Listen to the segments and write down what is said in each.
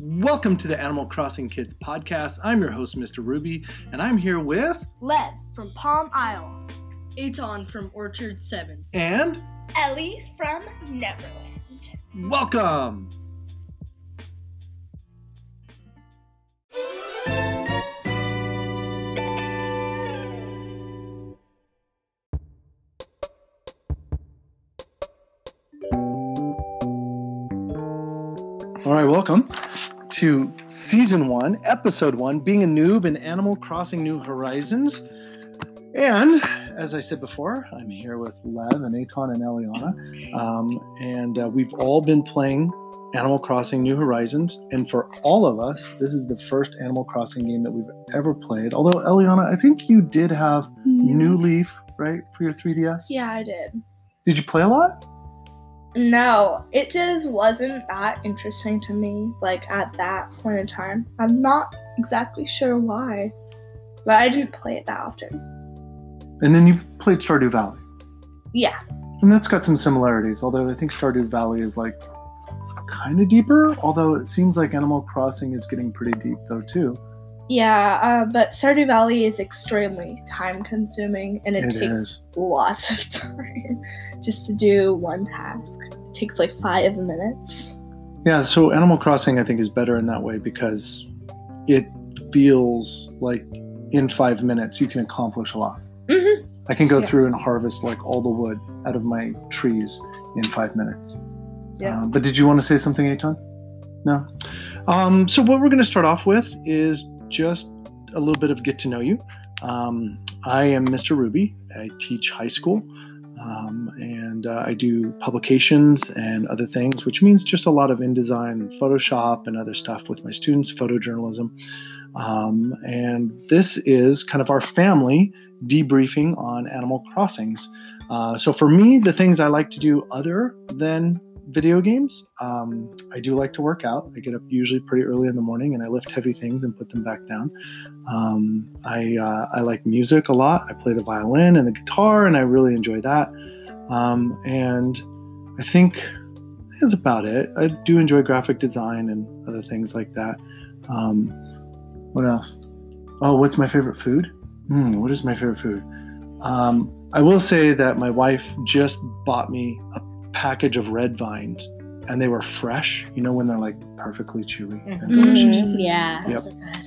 Welcome to the Animal Crossing Kids podcast. I'm your host, Mr. Ruby, and I'm here with Lev from Palm Isle. Aton from Orchard 7. and Ellie from Neverland. welcome. All right, welcome to season one, episode one, being a noob in Animal Crossing New Horizons. And as I said before, I'm here with Lev and Aton and Eliana. Um, and uh, we've all been playing Animal Crossing New Horizons. And for all of us, this is the first Animal Crossing game that we've ever played. Although, Eliana, I think you did have New Leaf, right, for your 3DS? Yeah, I did. Did you play a lot? No, it just wasn't that interesting to me, like at that point in time. I'm not exactly sure why, but I didn't play it that often. And then you've played Stardew Valley. Yeah, And that's got some similarities, although I think Stardew Valley is like kind of deeper, although it seems like Animal Crossing is getting pretty deep though too. yeah, uh, but Stardew Valley is extremely time consuming and it, It takes is. lots of time just to do one task. It takes like five minutes. Yeah, so Animal Crossing I think is better in that way because it feels like in 5 minutes you can accomplish a lot. Mhm. I can go Yeah. through and harvest like all the wood out of my trees in 5 minutes. Yeah. Uh, but did you want to say something, Aton? No. Um, so what we're going to start off with is just a little bit of get to know you. Um, I am Mr. Ruby. I teach high school, um, and uh, I do publications and other things, which means just a lot of InDesign, and Photoshop, and other stuff with my students, photojournalism. Um, and this is kind of our family debriefing on Animal Crossings. Uh, so for me, the things I like to do other than video games. Um, I do like to work out. I get up usually pretty early in the morning and I lift heavy things and put them back down. Um, I, uh, I like music a lot. I play the violin and the guitar and I really enjoy that. Um, and I think that's about it. I do enjoy graphic design and other things like that. Um, what else? Oh, what's my favorite food? Hmm, what is my favorite food? Um, I will say that my wife just bought me a package of red vines and they were fresh, you know, when they're like perfectly chewy and Mm-hmm. Mhm. delicious. Yeah. Yep.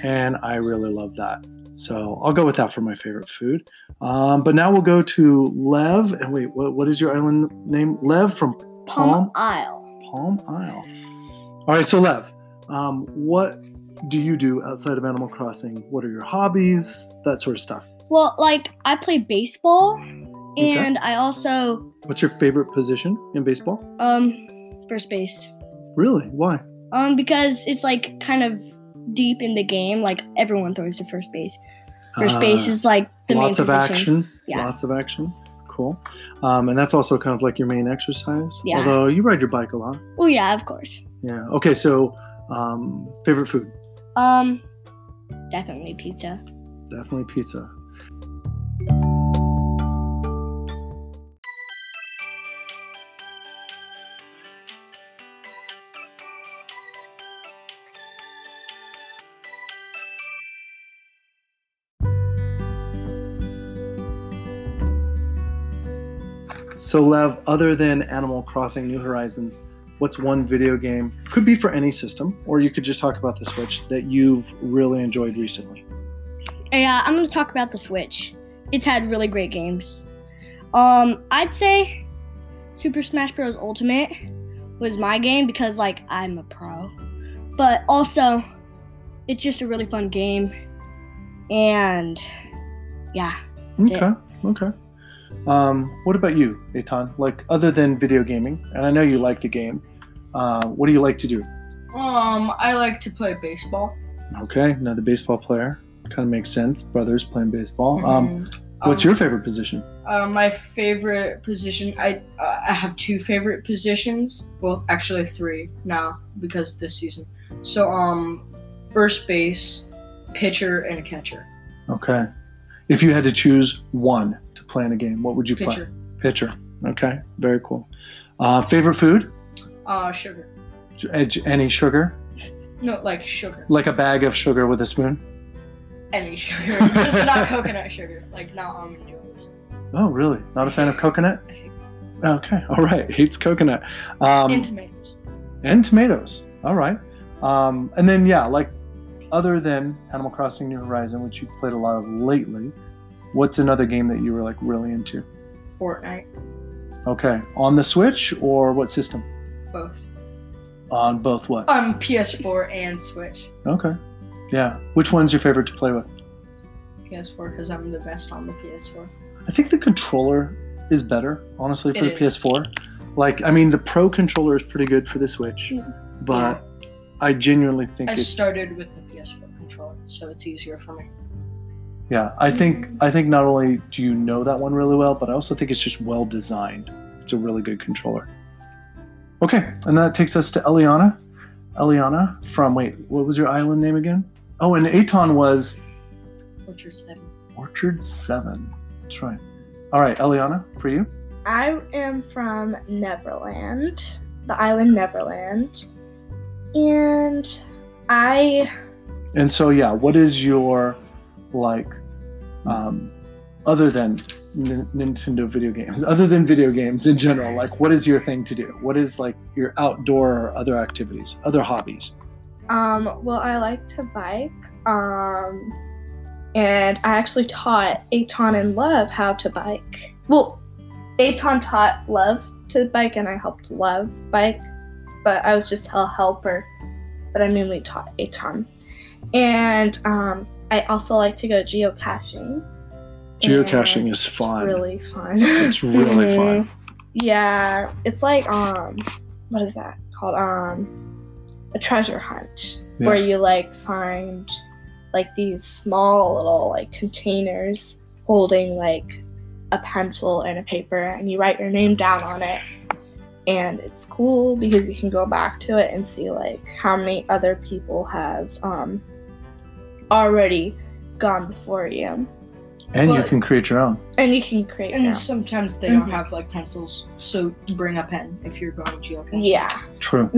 And I really love that. So I'll go with that for my favorite food. Um, but now we'll go to Lev. And wait, what, what is your island name? Lev from Palm, Palm Isle. Palm Isle. All right, so Lev, um, what do you do outside of Animal Crossing? What are your hobbies? That sort of stuff. Well, like I play baseball, Okay. and I also What's your favorite position in baseball? um first base. Really? Why? Um, because it's like kind of deep in the game. Like everyone throws to first base. First Uh, base is like the lots main of position. action. Yeah. Lots of action. Cool. Um, and that's also kind of like your main exercise. Yeah. Although you ride your bike a lot. Oh yeah, of course. Yeah. Okay. So, um, favorite food? Um, definitely pizza. Definitely pizza. So, Lev, other than Animal Crossing New Horizons, what's one video game could be for any system or you could just talk about the switch that you've really enjoyed recently Yeah, uh, I'm gonna talk about the Switch. It's had really great games. Um, I'd say Super Smash Bros. Ultimate was my game because like I'm a pro, but also it's just a really fun game, and yeah, That's it. okay okay um, what about you Eitan? like other than video gaming and i know you like to game uh, what do you like to do Um, I like to play baseball. okay another baseball player kind of makes sense brothers playing baseball um, what's Mm-hmm. Um, your favorite position Uh, my favorite position. I uh, I have two favorite positions. Well, actually three now because this season. So um, first base, pitcher, and catcher. okay if you had to choose one to play in a game what would you play Pitcher. pitcher okay very cool uh, favorite food Uh, sugar. J- any sugar No, like sugar. Like a bag of sugar with a spoon? Any sugar. Just not coconut sugar. Like not almond joys. Oh, really? Not a fan of coconut? Okay, all right. Hates coconut. Um, and tomatoes. and tomatoes. All right. Um, and then, yeah, like other than Animal Crossing New Horizon, which you've played a lot of lately, what's another game that you were like really into? Fortnite. Okay. On the Switch or what system? Both. On both what? On PS4 and Switch. Okay. Yeah. Which one's your favorite to play with? PS4 because I'm the best on the PS4. I think the controller is better, honestly, for It the is. PS4. Like, I mean, the Pro controller is pretty good for the Switch, but I genuinely think Mm-hmm. I it's started with the PS4 controller, so it's easier for me. Yeah, I think Mhm. I think not only do you know that one really well, but I also think it's just well designed. It's a really good controller. Okay, and that takes us to Eliana. Eliana from wait, what was your island name again? Oh, and Aton was Orchard 7. Orchard Seven. That's right. All right, Eliana, for you. I am from Neverland, the island Neverland, and I And so yeah, what is your like um, other than N- Nintendo video games, other than video games in general, like what is your thing to do? What is like your outdoor or other activities, other hobbies? Um, well, I like to bike. Um, and I actually taught Aton and Love how to bike. Well, Aton taught Love to bike, and I helped Love bike, but I was just a helper. But I mainly taught Aton. And um, I also like to go geocaching. Geocaching and is fun. It's really fun. It's really fun. Yeah, it's like um, what is that called? Um, a treasure hunt Yeah. where you like find like these small little like containers holding like a pencil and a paper, and you write your name down on it. And it's cool because you can go back to it and see like how many other people have um already gone before you, And you But- can create your own. and you can create. And your own. sometimes they Mhm. don't have like pencils, so bring a pen if you're going geocaching. Yeah. True.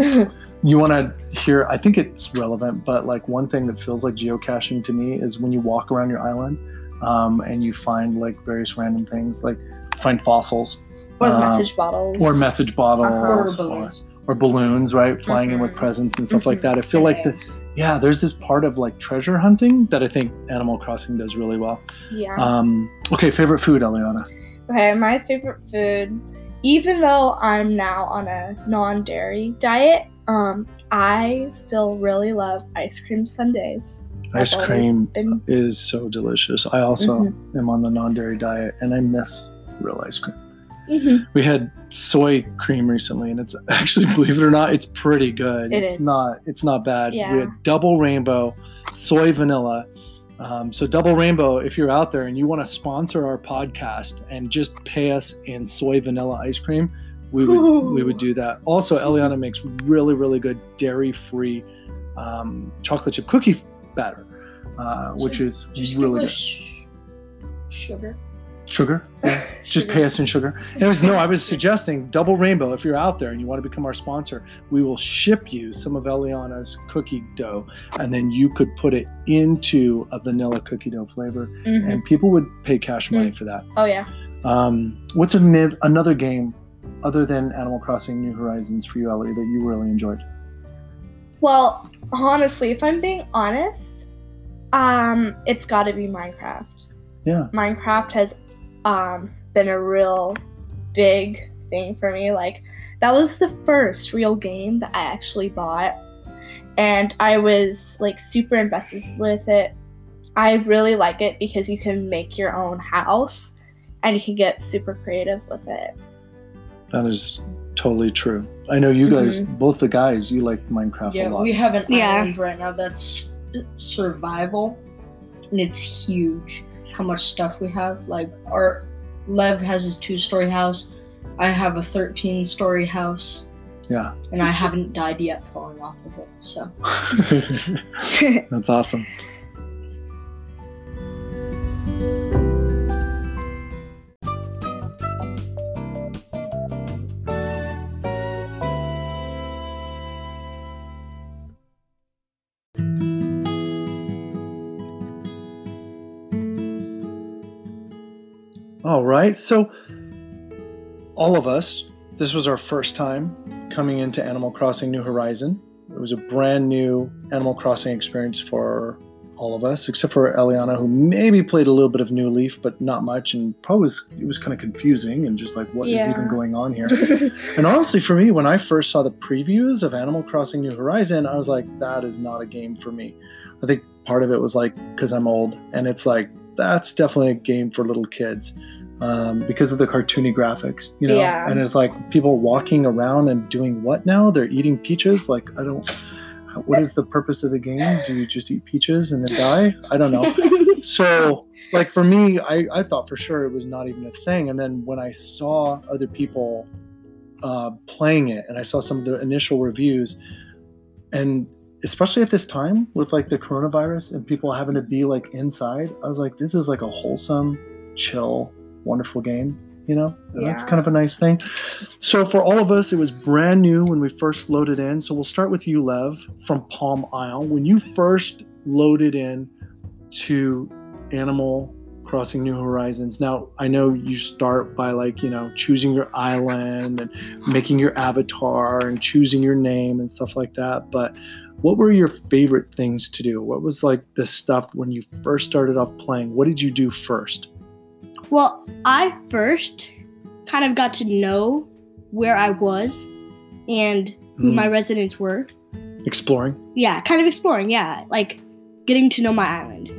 You want to hear, I think it's relevant, but like one thing that feels like geocaching to me is when you walk around your island um, and you find like various random things, like find fossils Or Uh, message bottles. or message bottles Uh-huh. Or balloons. or balloons, right? Flying in with Mhm. presents and stuff like Mhm. that. I feel and like the, eggs. yeah, there's this part of like treasure hunting that I think Animal Crossing does really well. Yeah. Um, okay, favorite food, Eliana. Okay, my favorite food, even though I'm now on a non-dairy diet, um, I still really love ice cream sundaes. Ice I've always cream been- is so delicious. I also am on the non-dairy diet, and I miss real ice cream. Mhm. We had soy cream recently, and it's actually, believe it or not, it's pretty good. It it's is. not. It's not bad. Yeah. We had double rainbow, soy vanilla. Um, so double rainbow, if you're out there and you want to sponsor our podcast and just pay us in soy vanilla ice cream, we would we would do that. Also, Eliana makes really really good dairy-free um, chocolate chip cookie batter, uh, which is Just really give good. us sh- sugar. Sugar. Just pay us in sugar. Anyways, no, I was suggesting Double Rainbow. If you're out there and you want to become our sponsor, we will ship you some of Eliana's cookie dough, and then you could put it into a vanilla cookie dough flavor, Mhm. and people would pay cash money Mm. for that. Oh yeah. Um, what's a mid, another game other than Animal Crossing New Horizons for you, Ellie, that you really enjoyed? Well, honestly, if I'm being honest, um, it's got to be Minecraft. Yeah. Minecraft has um, been a real big thing for me. Like, that was the first real game that I actually bought, and I was like super invested with it. I really like it because you can make your own house and you can get super creative with it. That is totally true. I know you guys, both the guys, you like Minecraft a Mm-hmm. Yeah, lot. we have an Yeah. island right now that's survival, and it's huge. How much stuff we have? Like our Lev has his two-story house. I have a thirteen-story house, yeah. and I haven't died yet falling off of it. So That's awesome. All right. So, all of us, this was our first time coming into Animal Crossing New Horizon. It was a brand new Animal Crossing experience for all of us, except for Eliana, who maybe played a little bit of New Leaf, but not much, and probably was, it was kind of confusing and just like, what is Yeah. even going on here? And honestly, for me, when I first saw the previews of Animal Crossing New Horizon, I was like, that is not a game for me. I think part of it was like, because I'm old, and it's like, that's definitely a game for little kids um, because of the cartoony graphics, you know? Yeah. And it's like people walking around and doing what now? They're eating peaches? Like, I don't. What is the purpose of the game? Do you just eat peaches and then die? I don't know so like for me I, I thought for sure it was not even a thing and then when i saw other people uh, playing it and i saw some of the initial reviews and especially at this time with like the coronavirus and people having to be like inside i was like this is like a wholesome chill wonderful game you know and that's Yeah. kind of a nice thing so for all of us it was brand new when we first loaded in so we'll start with you lev from palm isle when you first loaded in to Animal Crossing New Horizons. Now, I know you start by like, you know, choosing your island and making your avatar and choosing your name and stuff like that, but what were your favorite things to do? What was like the stuff when you first started off playing? What did you do first? Well, I first kind of got to know where I was and who Mm, my residents were. exploring. Yeah, kind of exploring. Yeah, like getting to know my island.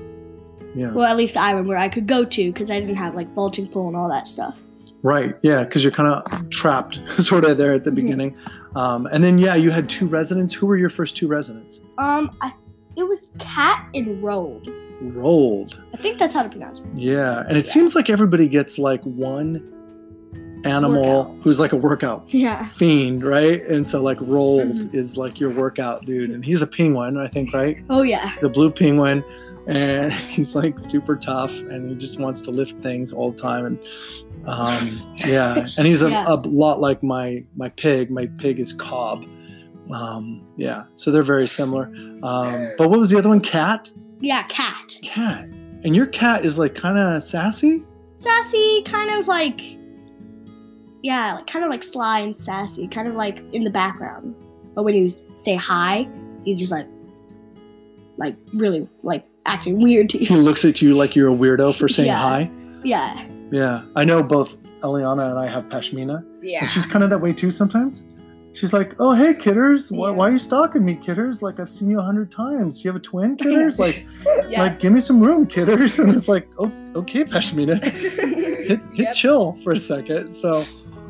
Yeah. Well, at least the island where I could go to because I didn't have like vaulting pool and all that stuff. Right. Yeah. Cause you're kind of trapped sort of there at the Mhm. beginning. Um, and then, yeah, you had two residents. Who were your first two residents? Um, I, it was cat and rolled. Rolled. I think that's how to pronounce it. Yeah, and it Yeah. seems like everybody gets like one animal Workout. who's like a workout Yeah. fiend, right? And so like rolled Mm-hmm. is like your workout dude, and he's a penguin, I think, right? Oh yeah. The blue penguin, and he's like super tough, and he just wants to lift things all the time, and um, yeah, and he's a, Yeah. a lot like my my pig. My pig is Cobb. Um, yeah, so they're very similar. Um, but what was the other one? Cat. Yeah, cat. Cat. And your cat is like kind of sassy. Sassy, kind of like. Yeah, like, kind of like sly and sassy, kind of like in the background. But when you say hi, he's just like, like really like acting weird to he you. looks at you like you're a weirdo for saying Yeah. hi. yeah. Yeah. I know both Eliana and I have Pashmina, Yeah. and she's kind of that way too sometimes. She's like, oh, hey, kidders. Why, Yeah. why are you stalking me, kidders? Like, I've seen you a hundred times. You have a twin, kidders? Like, Yeah. like, give me some room, kidders. And it's like, oh, okay, Pashmina. Hit, hit Yep. chill for a second. So,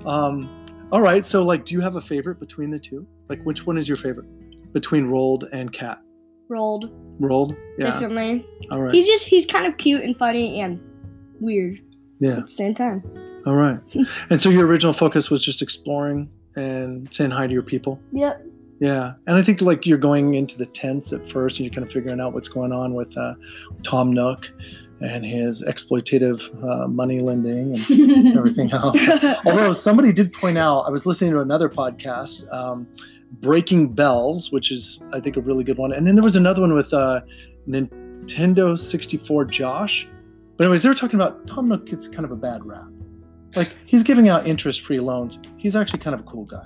um, all right. So, like, do you have a favorite between the two? Like, which one is your favorite between Rolled and Cat? Rolled Rolled? Yeah. definitely. All right. He's just he's kind of cute and funny and weird yeah. at the same time. All right. and so your original focus was just exploring and saying hi to your people. Yep. Yeah. And I think like you're going into the tents at first and you're kind of figuring out what's going on with uh, Tom Nook and his exploitative uh, money lending and everything else. Although somebody did point out, I was listening to another podcast, um, Breaking Bells, which is I think a really good one, and then there was another one with uh, Nintendo 64 Josh. But anyways, they were talking about Tom Nook gets kind of a bad rap. Like he's giving out interest-free loans. He's actually kind of a cool guy.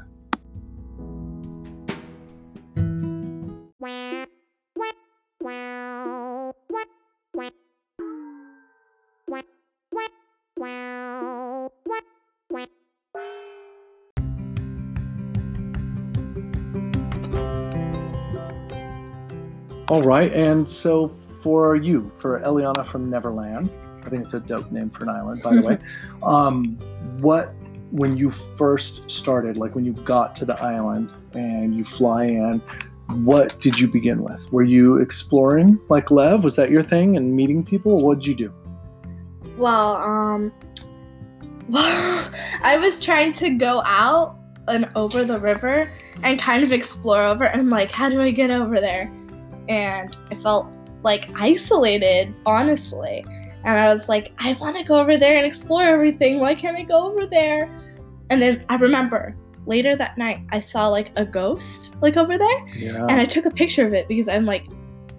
All right, and so for you, for Eliana from Neverland, I think it's a dope name for an island, by the way. Um, what when you first started, like when you got to the island and you fly in, what did you begin with? Were you exploring like Lev? Was that your thing and meeting people? What did you do? Well, um, well, I was trying to go out and over the river and kind of explore over. And I'm like, how do I get over there? And I felt like isolated, honestly. And I was like, I want to go over there and explore everything. Why can't I go over there? And then I remember later that night, I saw like a ghost, like over there. Yeah. And I took a picture of it because I'm like,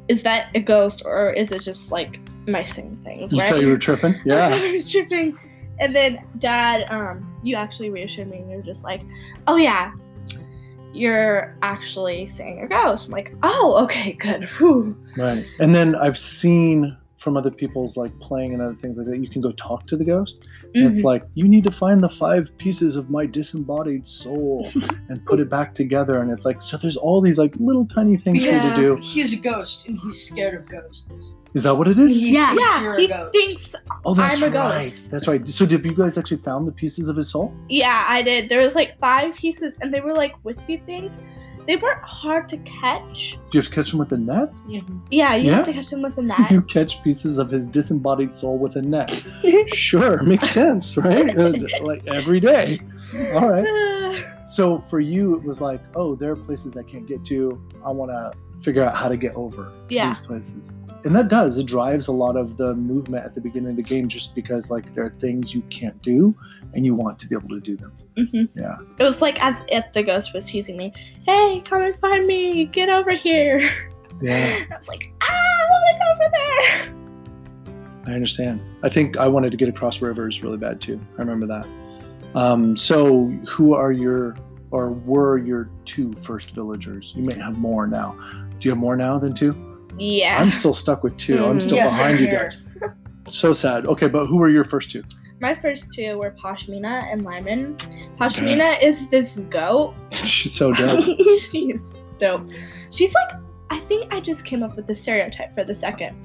is that a ghost or is it just like my seeing things? You right? said you were tripping? I thought Yeah. I was tripping. and then dad, um, you actually reassured me. and You're just like, oh yeah, you're actually seeing a ghost. I'm like, oh okay, good. Whew. Right. And then I've seen from other people's like playing and other things like that, you can go talk to the ghost. And it's Mhm. like, you need to find the five pieces of my disembodied soul and put it back together. And it's like, so there's all these like little tiny things for you Because to do. he's a ghost and he's scared of ghosts. Is that what it is? He Yeah. thinks Mm-hmm. Yeah, you're he a ghost. thinks. Oh, that's I'm a right. ghost. That's right. So, have you guys actually found the pieces of his soul? Yeah, I did. There was like five pieces, and they were like wispy things. They weren't hard to catch. Do you have to catch him with a net? Mhm. Yeah, you Yeah. have to catch them with a net. You catch pieces of his disembodied soul with a net. sure, makes sense, right? It's like every day. All right. So for you, it was like, oh, there are places I can't get to. I want to figure out how to get over Yeah. these places. And that does, it drives a lot of the movement at the beginning of the game just because, like, there are things you can't do and you want to be able to do them. hmm Yeah. It was like as if the ghost was teasing me. Hey, come and find me. Get over here. Yeah, I was like, ah, I want to go over there. I understand. I think I wanted to get across rivers really bad too. I remember that. Um, so, who are your or were your two first villagers? You may have more now. Do you have more now than two? Yeah. Mm-hmm. I'm still stuck with 2 i I'm Mhm. still Yes, behind you I'm guys. So sad. Okay, but who were your first two? My first two were Pashmina and Lyman. Pashmina is this goat. She's so dope. She's dope. She's like, I think I just came up with the stereotype for the second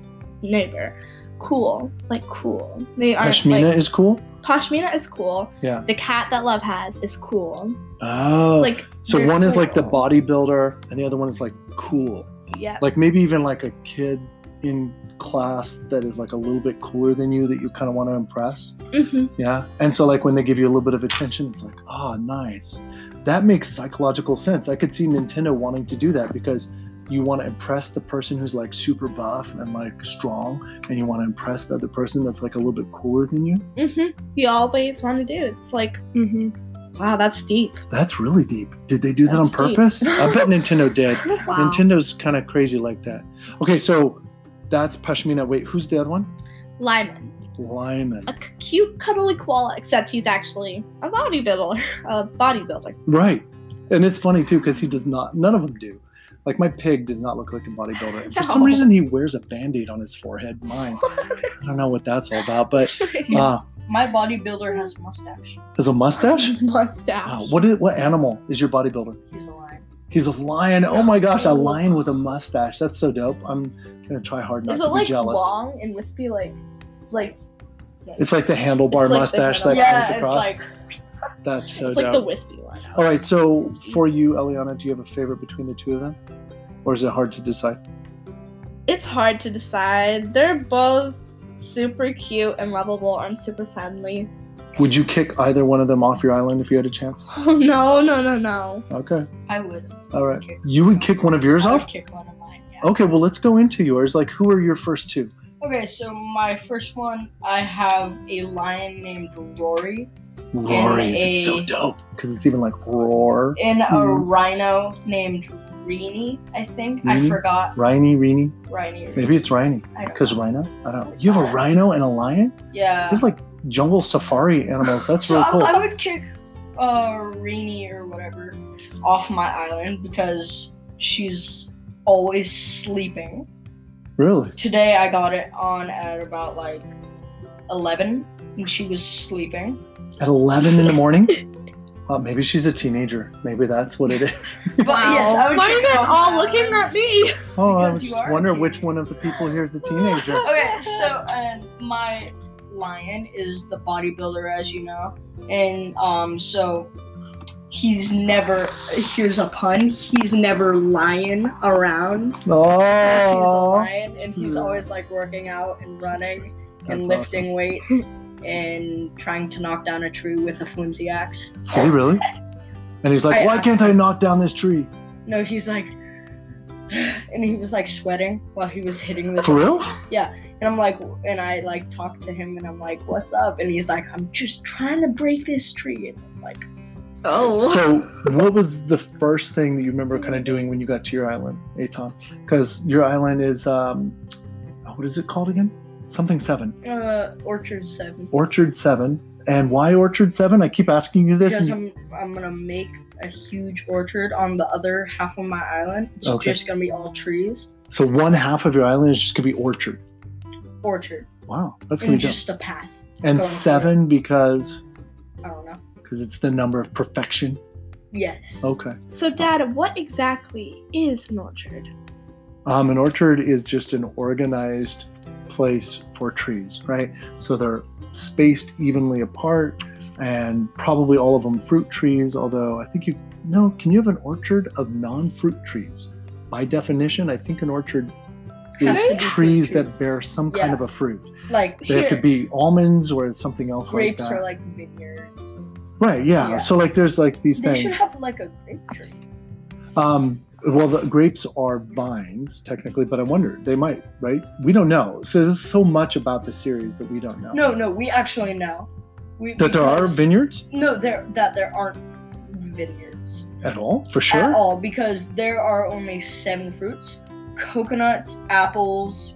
neighbor. Cool. Like, cool. They aren't Pashmina like. is cool. Pashmina is cool. Yeah. The cat that Love has is cool. Oh, Like, so they're one is like the cool. bodybuilder, and the other one is like cool. yeah. Like maybe even like a kid in class that is like a little bit cooler than you that you kind of want to impress. hmm Yeah. And so like when they give you a little bit of attention, it's like, ah, nice. That makes psychological sense. I could see Nintendo wanting to do that because you want to impress the person who's like super buff and like strong, and you want to impress the other person that's like a little bit cooler than you. hmm You always want to do. it. It's like, hmm wow, that's deep. That's really deep. Did they do that on That's deep. purpose? I bet Nintendo did. Wow. Nintendo's kind of crazy like that. Okay, so that's Pashmina. Wait, who's the other one? Lyman, Lyman. a c- cute, cuddly koala, except he's actually a bodybuilder. A bodybuilder. Right. And it's funny too because he does not. None of them do. Like my pig does not look like a bodybuilder. For some No. reason, he wears a band-aid on his forehead. Mine. I don't know what that's all about, but uh, My bodybuilder has a mustache. there's a mustache. mustache. Wow. What is, what animal is your bodybuilder? He's a lion. He's a lion. Oh my gosh, a lion with a mustache. That's so dope. I'm gonna try hard not Is to it be like jealous. long and wispy, like, like It's like the handlebar It's like the mustache that handlebar. comes yeah, it's across. like That's so Oh. it's dope. like the wispy one? All right, so for you, Eliana, do you have a favorite between the two of them, or is it hard to decide? It's hard to decide. They're both super cute and lovable and super friendly. Would you kick either one of them off your island if you had a chance? Oh no, no, no, no. Okay, I would. all right. Kick You would kick one of yours I would off. kick one of mine. Yeah. Okay, well let's go into yours. Like, who are your first two? Okay, so my first one, I have a lion named Rory Rory, And it's so a- dope because it's even like roar. and a Mhm. rhino named Reenie. I think I Reenie? forgot Rhiny, Reeny. Rhino. Maybe it's Rhiny because rhino. I don't. You have a rhino and a lion. yeah. You're like jungle safari animals. That's So really I, cool. I would kick uh Rainy or whatever off my island because she's always sleeping. Really. Today I got it on at about like eleven and she was sleeping. At 11 in the morning? Uh, maybe she's a teenager. Maybe that's what it is. But yes, I would Why are you kick her guys off all my looking island. at me? Oh, I Because you are just a wonder which teenager. one of the people here is a teenager. Okay, so and my lion is the bodybuilder, as you know, and um, so he's never. Here's a pun. He's never lying around. Yes, He's a Oh, lion, and he's Yeah. always like working out and running and That's lifting weights and trying to knock down a tree with a flimsy axe. awesome. Is he really? And he's like, I why asked can't I knock down this tree? No, he's like, and he was like sweating while he was hitting the. For real? And I'm like, and I like talk to him, and I'm like, "What's up?" And he's like, "I'm just trying to break this tree." And I'm like, Oh. So, what was the first thing that you remember kind of doing when you got to your island, Aton? Because your island is, um, what is it called again? Something seven. "Uh, Orchard Seven. Orchard seven. And why Orchard 7? I keep asking you this. because and- I'm I'm gonna make a huge orchard on the other half of my island. It's Okay. just gonna be all trees. so one half of your island is just going to be Orchard. Orchard. Wow, that's going and to be dope. Mm. just a path. And going for it. 7 because I don't know. because it's the number of perfection. Yes. Okay. So, Dad, what exactly is an orchard? Um, an orchard is just an organized place for trees, right? So they're spaced evenly apart and probably all of them fruit trees, although I think you, no, can you have an orchard of non fruit trees? By definition, I think an orchard is Has to be fruit trees, trees. that bear some kind Yeah. of a fruit. Like They have to here, be almonds or something else grapes like that. are like vineyards. right, yeah. yeah. So, like, there's like these They things. should have like a grape tree. Um, well, the grapes are vines technically, but I wonder they might, right? We don't know. So there's so much about the series that we don't know. No, no, we actually know. We, that there are because- vineyards No, there that there aren't vineyards at all, for at sure. all because there are only seven fruits: coconuts, apples,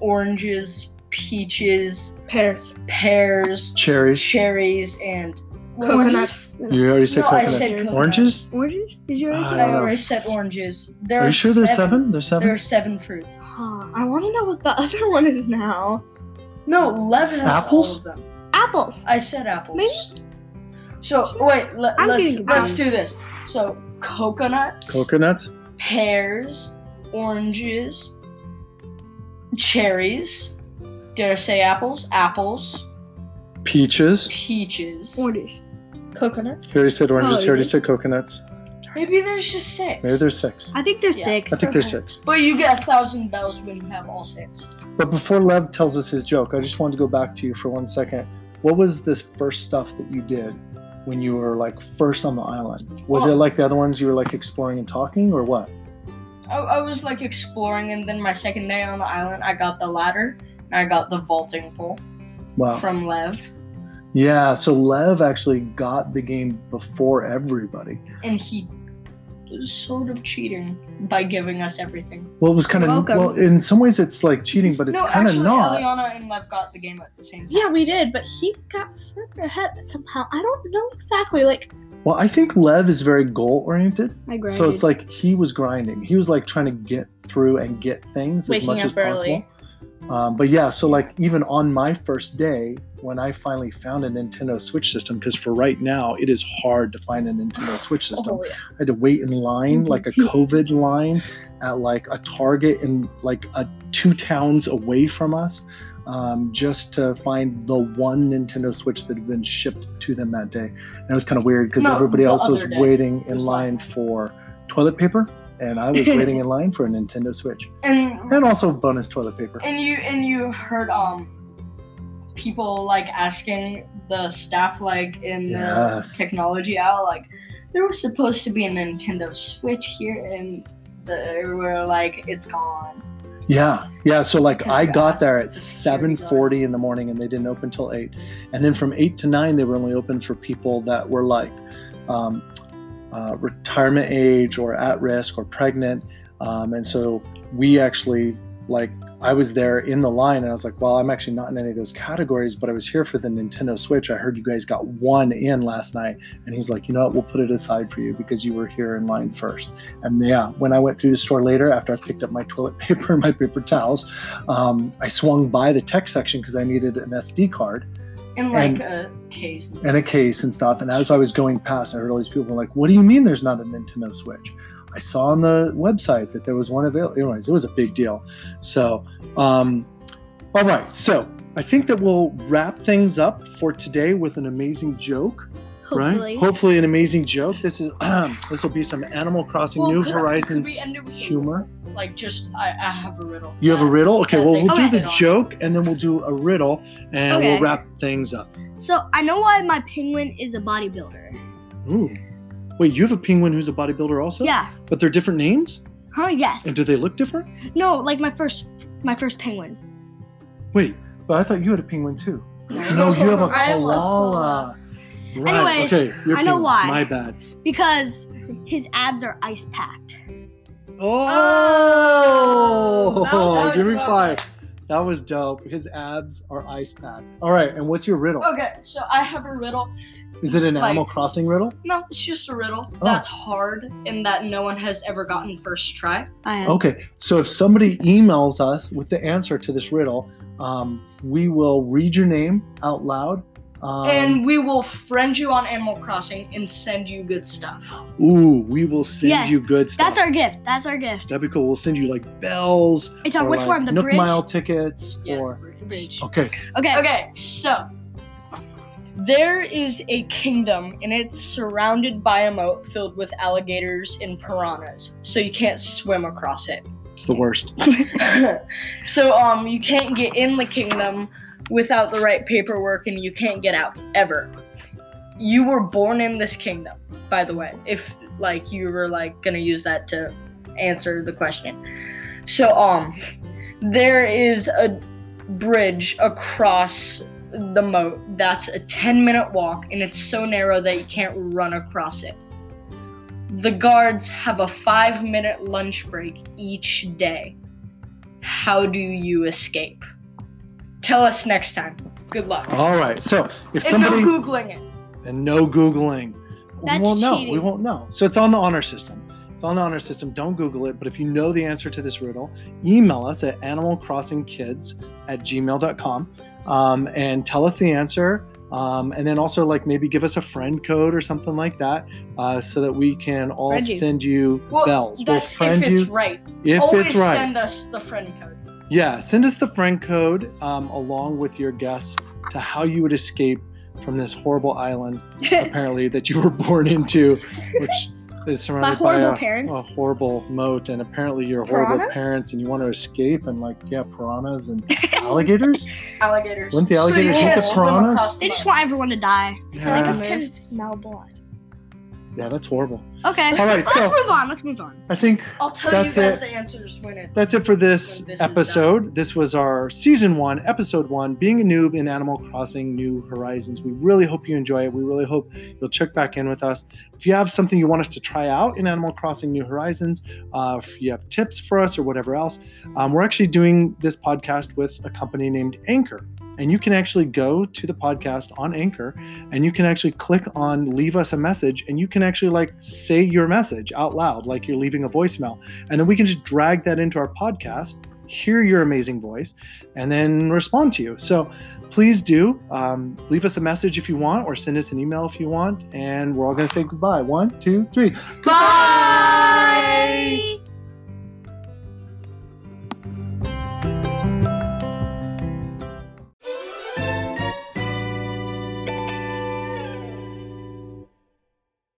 oranges, peaches, Pears. pears, Cherries. cherries, and Coconuts. You already said No, I coconuts. said coconuts. Oranges? Oranges? Did you already Ah, say I don't I know. already said oranges. There Are you sure there's seven? There's There seven. are seven fruits. Huh, I want to know what the other one is now. No, eleven. has all Apples? of them. apples? I said apples. Maybe- So wait, let, I'm let's getting let's confused. do this. So coconuts, Coconuts. pears, oranges, cherries. Did I say apples? Apples, Peaches. peaches. Oranges. Coconuts? You already said oranges. Oh, you already yeah. said coconuts. Maybe there's just six. Maybe there's six. I think there's Yeah. six. I think there's six. But you get a thousand bells when you have all six. But before Lev tells us his joke, I just wanted to go back to you for one second. What was this first stuff that you did when you were like first on the island? Was Oh. it like the other ones you were like exploring and talking or what? I, I was like exploring, and then my second day on the island, I got the ladder and I got the vaulting pole Wow. from Lev, yeah, so Lev actually got the game before everybody. and he was sort of cheating by giving us everything. Well, it was kind of Welcome. well, in some ways it's like cheating, but it's no, kind of actually, not. Eliana and Lev got the game at the same time. Yeah, we did, but he got further ahead somehow. I don't know exactly. Like, Well, I think Lev is very goal oriented. I grinded. So it's like he was grinding. He was like trying to get through and get things Waking as much up as possible. early. Um, but yeah, so like even on my first day, when I finally found a Nintendo Switch system, because for right now it is hard to find a Nintendo Switch system. oh, yeah. I had to wait in line, Mm-hmm. like a COVID line, at like a Target in like a two towns away from us, um, just to find the one Nintendo Switch that had been shipped to them that day. And it was kind of weird because No, everybody the else was other day. waiting It in was last line night. for toilet paper, and I was waiting in line for a Nintendo Switch, And and also bonus toilet paper. and you and you heard um people like asking the staff like in Yes. the technology aisle like there was supposed to be a Nintendo Switch here and they were like it's gone. Yeah, yeah. So like Because I you got asked there at the security seven guard. forty in the morning, and they didn't open till eight. And then from eight to nine, they were only open for people that were like um, uh, retirement age or at risk or pregnant. Um, and so we actually like I was there in the line, and I was like, well, I'm actually not in any of those categories, but I was here for the Nintendo Switch. I heard you guys got one in last night, and he's like, you know what, we'll put it aside for you because you were here in line first. And yeah, when I went through the store later, after I picked up my toilet paper and my paper towels, um, I swung by the tech section because I needed an SD card In like a case. and a case and stuff. And as I was going past, I heard all these people like, "What do you mean there's not a Nintendo Switch?" I saw on the website that there was one available. Anyways, it was a big deal. So, um, all right. So I think that we'll wrap things up for today with an amazing joke. Hopefully. Right? Hopefully, an amazing joke. This is this will be some Animal Crossing Well, New could- Horizons could we end it with a- humor. Like just I, I have a riddle. You have a riddle? Okay, Yeah, well, they- we'll do Okay. the joke and then we'll do a riddle and Okay. we'll wrap things up. So I know why my penguin is a bodybuilder. Ooh. Wait, you have a penguin who's a bodybuilder also? Yeah. But they're different names? Huh? Yes. And do they look different? No, like my first, my first penguin. Wait, but I thought you had a penguin too. No, No, you have a I have a koala. Right. Anyways, okay, your I know penguin. why. My bad. Because his abs are ice packed. Oh, that was how give me it's Oh! five. spelled. That was dope. His abs are ice packed. All right, and what's your riddle? Okay, so I have a riddle. Is it an Oh, like- Animal Crossing riddle? No, it's just a riddle Oh. that's hard and that no one has ever gotten first try. I am. Okay, so if somebody emails us with the answer to this riddle, um, we will read your name out loud. Um, and we will friend you on Animal Crossing and send you good stuff. ooh, we will send Yes, you good stuff. That's our gift. That's our gift. That'd be cool. We'll send you like bells. Hey, Tom, or, which like, one? The Nook bridge? Mile tickets or Bridge. okay. Okay. Okay, so there is a kingdom and it's surrounded by a moat filled with alligators and piranhas, so you can't swim across it. It's the worst. so um you can't get in the kingdom without the right paperwork and you can't get out ever. You were born in this kingdom, by the way, if like you were like gonna use that to answer the question. So um there is a bridge across the moat that's a 10 minute walk and it's so narrow that you can't run across it. The guards have a five minute lunch break each day. How do you escape? Tell us next time. Good luck. All right. So if and Uh, somebody no Googling it. and no googling, That's we won't know. We cheating. won't know. So it's on the honor system. It's on the honor system. Don't Google it. But if you know the answer to this riddle, email us at animalcrossingkids at gmail.com um, and tell us the answer. Um, and then also, like, maybe give us a friend code or something like that uh, so that we can all Friend you. send you Well, bells. We'll That's friend if it's you right. if Always it's right. send us the friend code. Yeah, send us the friend code um, along with your guess to how you would escape from this horrible island, apparently, that you were born into, which is My surrounded by, horrible a, parents. a horrible moat. And apparently, you're horrible Piranhas? parents and you want to escape, and like, yeah, piranhas and alligators. Alligators. Wouldn't the so alligators you eat can't the swim piranhas? across the They just moat. want everyone to die. Yeah, Like us Yeah. can smell blood. yeah, that's horrible. Okay. All right, Let's so move on. Let's move on. I think I'll tell That's you guys it. the answers when it. that's it for this, When this is done. episode. This was our season one, episode one, being a noob in Animal Crossing New Horizons. We really hope you enjoy it. We really hope you'll check back in with us. If you have something you want us to try out in Animal Crossing New Horizons, uh, if you have tips for us or whatever else, um, we're actually doing this podcast with a company named Anchor. And you can actually go to the podcast on Anchor and you can actually click on leave us a message and you can actually like say your message out loud, like you're leaving a voicemail and then we can just drag that into our podcast hear your amazing voice and then respond to you so please do um, leave us a message if you want or send us an email if you want and we're all going to say goodbye one two three Bye. Bye.